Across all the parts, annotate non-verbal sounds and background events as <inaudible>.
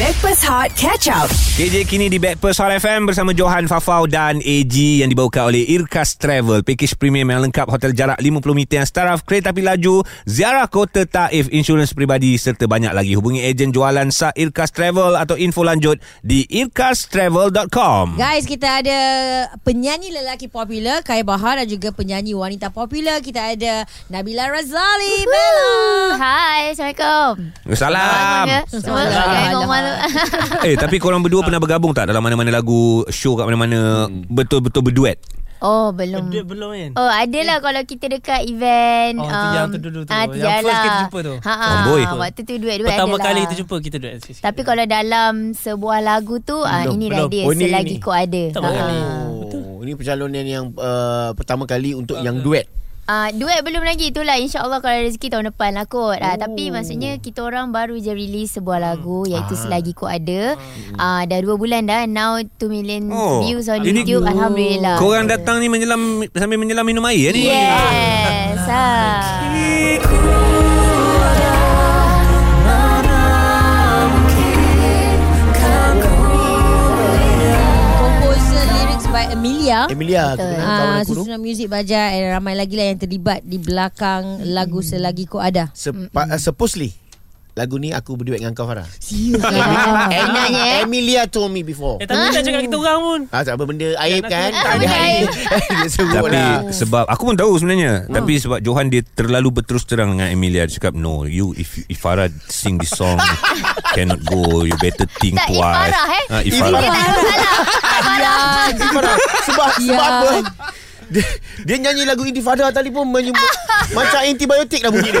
Backpass Hot Catch Up. KJ kini di Backpast Hot FM bersama Johan Fafau dan AG yang dibawakan oleh Irkas Travel. Pakej premium yang lengkap hotel jarak 50 meter yang staraf, kereta api laju, ziarah kota Taif, insurans peribadi serta banyak lagi. Hubungi ejen jualan sah Irkas Travel atau info lanjut di irkastravel.com. Guys, kita ada penyanyi lelaki popular Kai Bahar dan juga penyanyi wanita popular. Kita ada Nabila Razali. Bella. Hai, Assalamualaikum. Salam. Semua gaya kau malu. <laughs> Eh tapi korang berdua pernah bergabung tak dalam mana-mana lagu, show kat mana-mana betul-betul berduet? Oh, belum. Dia belum kan Oh, ada lah kalau kita dekat event. Oh, tu yang tu dulu tu. Ah, Yang tijar first lah. kita jumpa tu. Ha, ha, Amboi. waktu tu duet-duet Pertama adalah. kali kita jumpa Kita duet sikit-sikit. Tapi kalau dalam sebuah lagu tu, ah, Belum, ini dah belum. dia. Oh, ni, Selagi ni. kau ada. Pertama Ha, ha. kali. Oh, ini pencalonan yang uh, pertama kali untuk yang duet. Ah, duet belum lagi. Itulah insyaAllah kalau rezeki tahun depan lah kot. Ah, Oh. tapi maksudnya kita orang baru je release sebuah lagu Hmm. iaitu Selagi Ku Ada. Ah, dah dua bulan dah. Now 2 million Oh, views on jadi YouTube. Alhamdulillah. Korang datang ni menyelam sambil menyelam minum air ya ni. Ah. Yes. Ha. Composer lyrics by Amelia. Emilia, kita kenal kawan Ah, aku tu. susunan muzik baja dan ramai lagi lah yang terlibat di belakang lagu Selagi Ku Ada. Sepa, uh, supposedly lagu ni aku berduet dengan kau Farah. Ah, Serius. Enaknya eh. Emilia told me before. Eh tapi tak cakap kita orang pun Ah, tak apa benda aib nak kan? kena- Tak ada benda aib. <laughs> Dia sebut Tapi lah. sebab aku pun tahu sebenarnya. Tapi sebab Johan dia terlalu berterus terang dengan Emilia dia cakap no you if if Farah sing this song cannot go you better think Tak, twice. Ifarah, eh? Ah, Dia Ifarah. tak ada masalah. Farah. Farah, sebab sebab Ya. apa? Dia, dia nyanyi lagu Intifada tadi pun menyebut macam antibiotik lah bunyi <laughs> dia.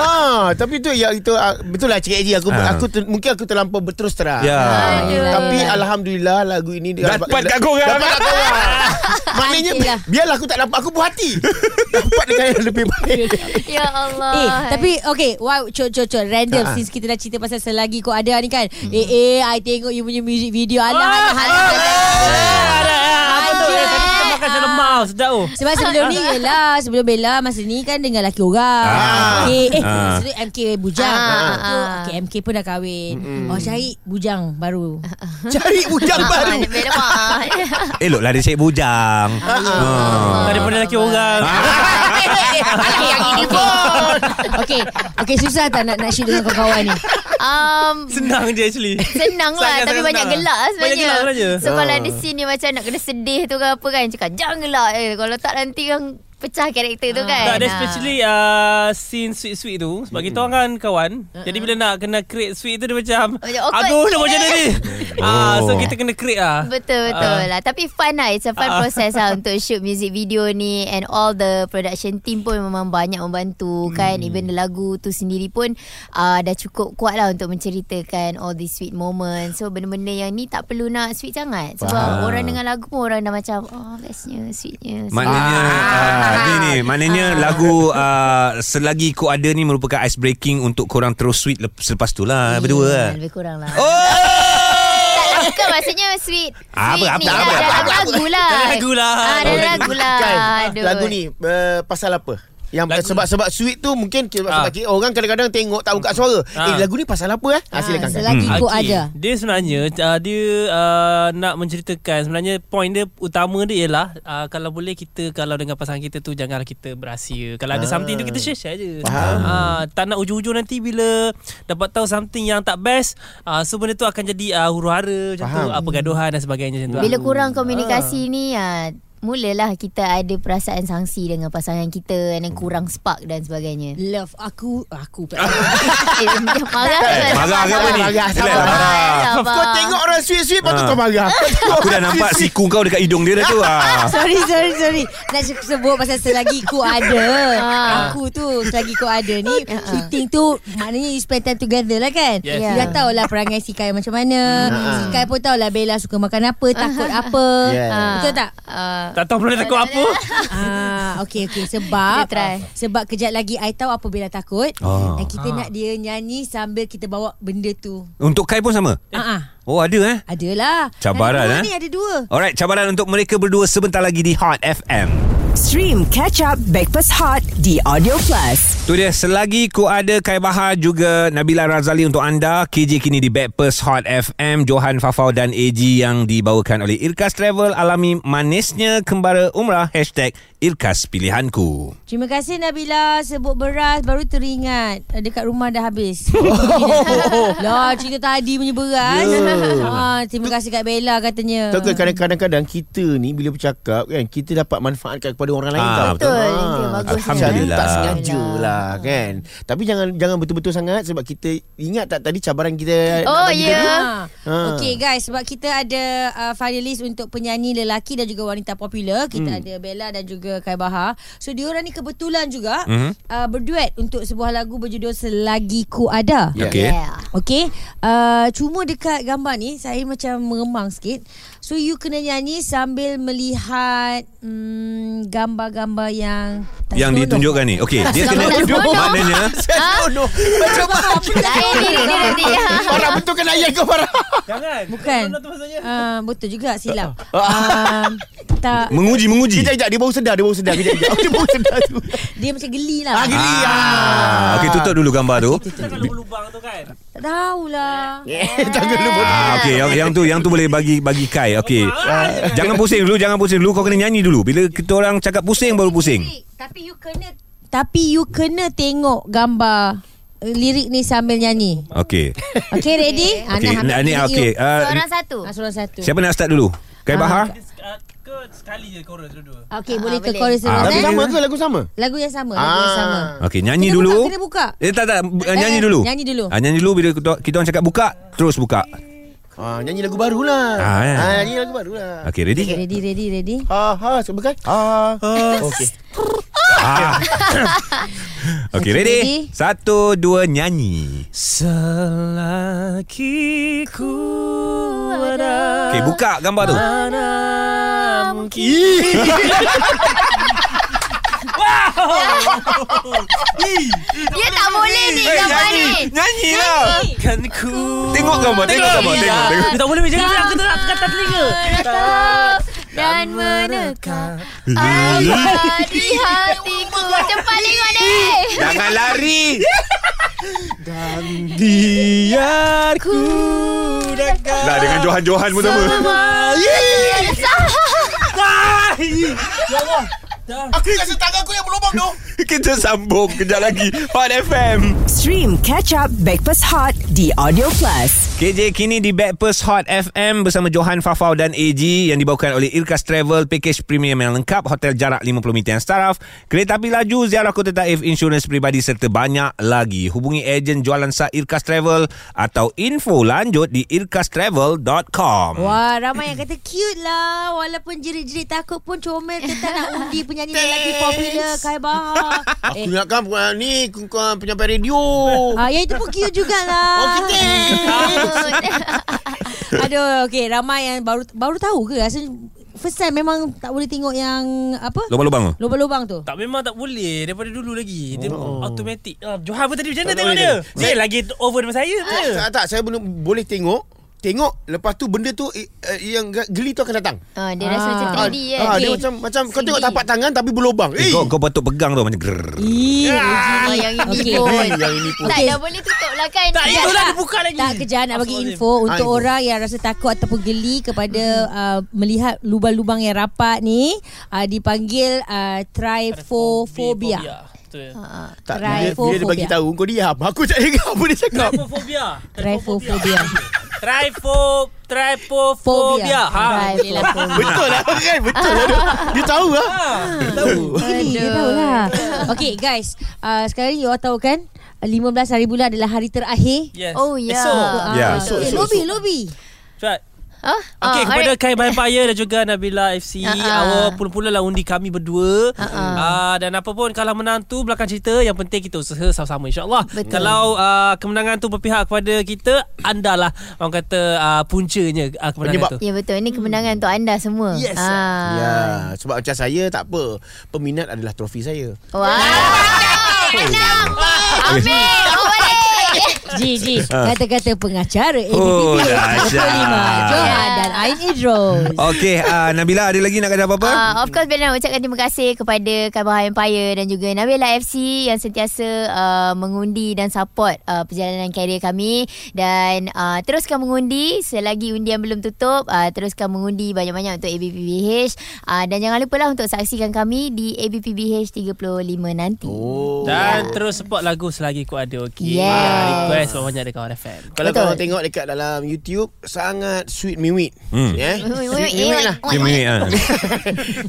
ha, tapi tu ya itu ah, betul lah cakap Eji aku Ah. aku ter, mungkin aku terlampau berterus terang. Ya. Ah, Aduh. tapi alhamdulillah lagu ini dia- Dapat da- kat korang. Dapat kat <laughs> korang. Maknanya bi- Alhamdulillah. biarlah aku tak dapat aku buat <laughs> hati. dapat dengan yang lebih baik. Ya Allah. Eh, tapi okay, wow, cok cok cok random Ah. since kita dah cerita pasal selagi kau ada ni kan. Eh eh, I tengok you punya music video anak-anak Ah, Ah, Ah. Ada Apa tu Eh, Tadi kita makan selemau Sedap Ah. tu sebab sebelum ni Yelah Sebelum Bella Masa ni kan dengan laki orang Ah. okay. Eh Ah. Maksudnya MK bujang Ah. Tu, Okay MK pun dah kahwin Oh cari bujang baru <laughs> Cari ujang baru. Baru. Beda mak. Eloklah lah, dia cik bujang. Ah. Daripada lelaki orang Ah. Alah yang ini pun. Okay Okay susah tak nak nak share dengan kawan-kawan ni Um, Senang je actually Senang lah Sangat-sangat Tapi banyak senang. gelak lah Banyak sebenarnya gelak Ah. sebenarnya So kalau ada scene ni Macam nak kena sedih tu ke apa kan Cakap jangan gelak eh. Kalau tak nanti kan Pecah karakter tu kan Tak ada Ah. especially uh, scene sweet-sweet tu Sebab kita orang kan kawan Jadi bila nak kena create sweet tu dia macam Ah. Macam awkward Aduh nak buat sikit. macam mana ni Ah, So kita kena create lah Ah. Betul betul lah Tapi fun lah It's a fun <laughs> proses lah Untuk shoot music video ni And all the production team pun Memang banyak membantu kan Hmm. Even the lagu tu sendiri pun uh, Dah cukup kuat lah Untuk menceritakan All these sweet moments So benda-benda yang ni Tak perlu nak sweet sangat Sebab Faham. orang dengar lagu pun Orang dah macam Oh bestnya sweetnya Maknanya ah, ni ni maknanya lagu ah, selagi ku ada ni merupakan ice breaking untuk korang terus sweet lep- selepas tu lah berdua. lah. Lebih kurang lah Oh! Tak lah, bukan maksudnya sweet. Apa, Ah, apa, sweet ni apa, lah, apa, dalam apa, lagu lah. Dalam lagu lah. Ah, dalam lagu lah. Kan? Aduh. Lagu ni uh, pasal apa? Yang Lagu- sebab sebab sweet tu mungkin sebab, Ah. sebab ki- orang kadang-kadang tengok tak buka suara. Ah. Eh lagu ni pasal apa eh? Ah, silakan. Kan. Selagi Hmm. kau ada Dia sebenarnya uh, dia uh, nak menceritakan sebenarnya point dia utama dia ialah uh, kalau boleh kita kalau dengan pasangan kita tu janganlah kita berahsia. Kalau ada something tu kita share-share je. Uh, tak nak ujung-ujung nanti bila dapat tahu something yang tak best uh, so benda tu akan jadi uh, huru-hara macam tu, uh, pergaduhan dan sebagainya macam tu. Bila kurang komunikasi ni, ah, mulalah kita ada perasaan sangsi dengan pasangan kita and then kurang spark dan <laughs> sebagainya. Love aku Aku pula. eh, dia marah ke? Eh, Marah ke apa ni? Relax Marah, lah sabar. marah. Sabar. Kau tengok orang sweet-sweet Lepas tu Ah. kau <laughs> marah Kau Aku tengok dah orang nampak sweet-sweet. siku kau dekat hidung dia dah tu. Ah. Sorry sorry sorry Nak sebut pasal selagi ku ada Ah. Aku tu selagi ku ada ni Shooting tu Maknanya you spend time together lah kan Yes. You dah tahulah perangai si Kai macam mana Ah. Si Kai pun tahulah Bella suka makan apa <laughs> Takut apa Yeah. Betul tak? Ah, tak tahu pula nak takut <laughs> apa. ah, okay okay Sebab Kita try. Sebab kejap lagi I tahu apa Bella takut Ah. Dan kita nak dia nyanyi Sambil kita bawa benda tu Untuk Kai pun sama. Ah, ah. Oh ada eh. Adalah Cabaran, Ada dua eh? ni ada dua Alright, cabaran untuk mereka berdua sebentar lagi di Hot FM. Stream Catch Up Backpass Hot di Audio Plus. Tu dia Selagi ku ada Kai Bahar Juga Nabila Razali untuk anda KJ kini di Backpast Hot FM Johan Fafau dan AG Yang dibawakan oleh Irkas Travel Alami manisnya Kembara Umrah Hashtag Irkas Pilihanku Terima kasih Nabila Sebut beras Baru teringat eh, Dekat rumah dah habis <laughs> Oh. <laughs> Lah cerita tadi punya beras <laughs> ha, Terima kasih Kak Bella katanya Ya. Tahu ke kadang-kadang kita ni bila bercakap kan kita dapat manfaatkan kepada orang lain Ah, tau. betul. Itu yang bagus. Alhamdulillah. Tak Alhamdulillah. sengaja lah kan. Tapi jangan jangan betul-betul sangat sebab kita ingat tak tadi cabaran kita Oh, tadi ya. tadi? Yeah. Ha. Ha. Okay guys Sebab kita ada uh, Finalist untuk penyanyi lelaki Dan juga wanita popular Kita hmm. ada Bella dan juga Kai Bahar So diorang ni kebetulan juga Mhm. hmm. uh, Berduet Untuk sebuah lagu berjudul Selagi Ku Ada Ya. Okay Yeah. Okay uh, Cuma dekat gambar ni Saya macam meremang sikit So you kena nyanyi Sambil melihat mm, Gambar-gambar yang tak Yang senonoh. ditunjukkan ni Okay Dia kena Senonoh. Senonoh. <laughs> Maknanya Senonoh. Macam mana? <laughs> Lain diri dia <laughs> nanti. Eh, Farah betulkan ayat kau Farah. <laughs> Jangan. Bukan Senonoh tu maksudnya. uh, Betul juga silap uh, Tak Menguji Menguji Kejap kejap dia baru sedar dia baru sedar kejap <laughs> kejap. Dia baru sedar tu. Dia macam geli lah Ah geli ah. Ah, Okay tutup dulu gambar tu Kita kan lubang tu kan. Tak lah. tahulah <laughs> Jangan lupa. Ah, okay, yang, yang tu yang tu boleh bagi bagi Kai. Okay. Ah. jangan pusing dulu, jangan pusing dulu. Kau kena nyanyi dulu. Bila kita orang cakap pusing baru pusing. Tapi you kena Tapi you kena tengok gambar eh, Lirik ni sambil nyanyi Okay. Okay ready? Ah, Okay, nah, ni okay. Uh, <laughs> Seorang satu. Nah, Ah, suruh satu siapa nak start dulu? Kai Bahar? Ah, Kau sekali je korang dua-dua. Okay Ah, boleh ke boleh. chorus Ah, terus okay. eh? Lagu sama ke lagu sama? Lagu yang sama Lagu yang Ah. sama Okay, nyanyi Kena dulu. buka, Kena buka Eh tak tak, bu- nyanyi eh, dulu. nyanyi dulu. Ah, nyanyi dulu bila kita, kita orang cakap buka, terus buka. Ah nyanyi lagu baru lah. Ah, ya. Ah nyanyi lagu baru lah. Okay, ready? Ready ready ready Ah ha sebab kan? Ah. Okey. <laughs> Ah. okay, ready? ready? Satu, dua, nyanyi. Selagi ku ada Ah. Okay, buka gambar tu. Mana mungkin Dia tak boleh ni Eh, gambar ni. Nyanyi lah. kan ku Tengok gambar, tengok gambar, tengok, tengok. Tak boleh Jangan aku tak aku kata telinga Meratap dan menekat Apa di <laughs> hatiku Cepat tengok deh Jangan lari. Biar ku dekat Lah dengan Johan-Johan pun sama. Aku rasa tangan aku yang berlubang tu. <laughs> Kita sambung kejap lagi Hot FM Stream Catch Up Backpass Hot di Audio Plus. KJ kini di Backpast Hot FM Bersama Johan Fafau dan AG Yang dibawakan oleh Irkas Travel Package premium yang lengkap Hotel jarak 50 meter yang staraf Kereta api laju Ziarah Kota Taif Insurans peribadi Serta banyak lagi Hubungi ejen jualan sah Irkas Travel Atau info lanjut di irkastravel.com Wah ramai yang kata cute lah Walaupun jerit-jerit takut pun comel Tetap nak undi penyanyi lelaki popular Kai Bahar Aku Eh nak kan ah, ni ku- ku- penyampai radio. ah, Yang itu pun cute jugalah Okey thanks. <laughs> Aduh, okay ramai yang baru baru tahu ke rasa first time memang tak boleh tengok yang apa? Lubang-lubang tu Lubang-lubang tu. tak memang tak boleh daripada dulu lagi dia oh. automatic ah, Johan pun tadi macam mana tengok dia boleh dia lagi over dengan saya Tak, punya Eh, tak, tak saya belum boleh tengok. Tengok lepas tu benda tu eh, eh, yang ga- geli tu akan datang. Ah, Dia rasa macam Ah, 3D kan ah, dia macam macam kau tengok tapak tangan tapi berlubang. Eh, Eh, kau, kau patut pegang tu macam grrr. Ih, Ya. Oh, uji ni. yang ini Okey. pun Yang ini pun. Tak Okey. dah boleh tutup lah kan tak itulah dia buka lagi Tak kejap nak bagi Astaghfirullahalazim. info untuk Aduh. orang yang rasa takut ataupun geli kepada uh, melihat lubang-lubang yang rapat ni uh, dipanggil uh, triphobia. Betul. tak dia, dia, dia Triphobia. bagi tahu kau diam. Aku tak dengar apa dia <laughs> cakap. <laughs> Triphobia. <laughs> Triphobia. Tripho tripophobia. Ha. Triphobia. <laughs> Betul lah kan? Betul lah. Dia, dia tahu lah. Ah, Tahu. Geli, dia tahu lah. Okay guys, uh, sekarang ni you all tahu kan 15 hari bulan adalah hari terakhir. Yes. Oh, ya. Esok. Ah, Ya. Esok, eh, esok, lobby, lobby. Cepat. Ah, ah, Okay, kepada alright. Kai Vampire dan juga Nabila FC Ah, ah. Awak pula-pula lah undi kami berdua Ah, Dan apa pun kalau menang tu belakang cerita Yang penting kita usaha sama-sama insyaAllah Betul. Kalau ah, kemenangan tu berpihak kepada kita Andalah orang kata ah, puncanya ah, Penyebab. kemenangan tu Ya betul Ini kemenangan untuk anda semua Yes. ah. Ya, sebab macam saya tak apa. Peminat adalah trofi saya. Wah Menang Ambil Kau boleh Ji, Ji. <laughs> Kata-kata pengacara ABBB. Oh, dahsyat. Lima. Johan dan Ain Idros. Okey, uh, Nabila ada lagi nak kata apa-apa? Ah, Uh, of course Bila nak ucapkan terima kasih kepada Kabah Empire dan juga Nabila FC yang sentiasa uh, mengundi dan support uh, perjalanan karier kami dan uh, teruskan mengundi selagi undian belum tutup uh, teruskan mengundi banyak-banyak untuk ABPBH uh, dan jangan lupa lah untuk saksikan kami di ABPBH 35 nanti. Oh. Dan terus support lagu selagi ku ada okey. Yes. Ah, Request banyak dekat Kawan FM. Kalau Betul. kau tengok dekat dalam YouTube sangat sweet miwit. Hmm. Yeah. Wait, Sweet wait, miwit wait, lah. wait, wait. ah.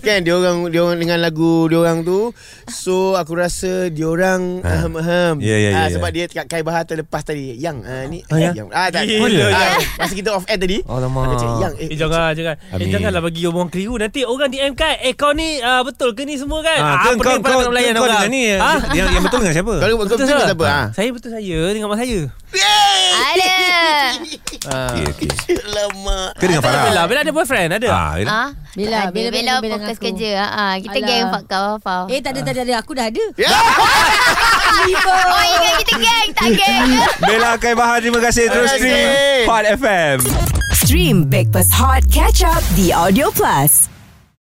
kan dia orang dia orang dengan lagu dia orang tu. So aku rasa dia orang Ha. ahem ahem. Ya, ya, Ah, ya, sebab dia kat Kai Bahar terlepas tadi. Yang ah, ni Oh, ya? yang. Ah tak. Oh, ya? Ah, masa kita off air tadi. Alamak. Ada cakap yang Eh, jangan, jangan. Eh, Amin. janganlah bagi omongan keliru. Nanti orang DM kan, eh kau ni ah, betul ke ni semua kan? Ah, kau kau kau, kau, kau dengan ni Ha? ah? yang, yang betul dengan siapa? Kalau kau Betul betul tak? siapa? Ah. Saya betul saya dengan mak saya. Ada. Ah. <laughs> Ah, Okey, okey. Lama. Kau dengan Farah. Bella, Bella lah. ada boyfriend, ada? Ah, Bella. Ah, Bella, bila Bella, bila, Bella fokus dengan aku. kerja. Ah, ah, kita Alah. geng Pak Kau Fau. Eh tak ada, tak ada, tak ada. Aku dah ada. <laughs> Oh, ingat kita geng, tak <laughs> geng. Bella Kai Bahar, terima kasih. Terus Terima stream kasih. Hot FM. Stream Breakfast Hot Catch Up The Audio Plus.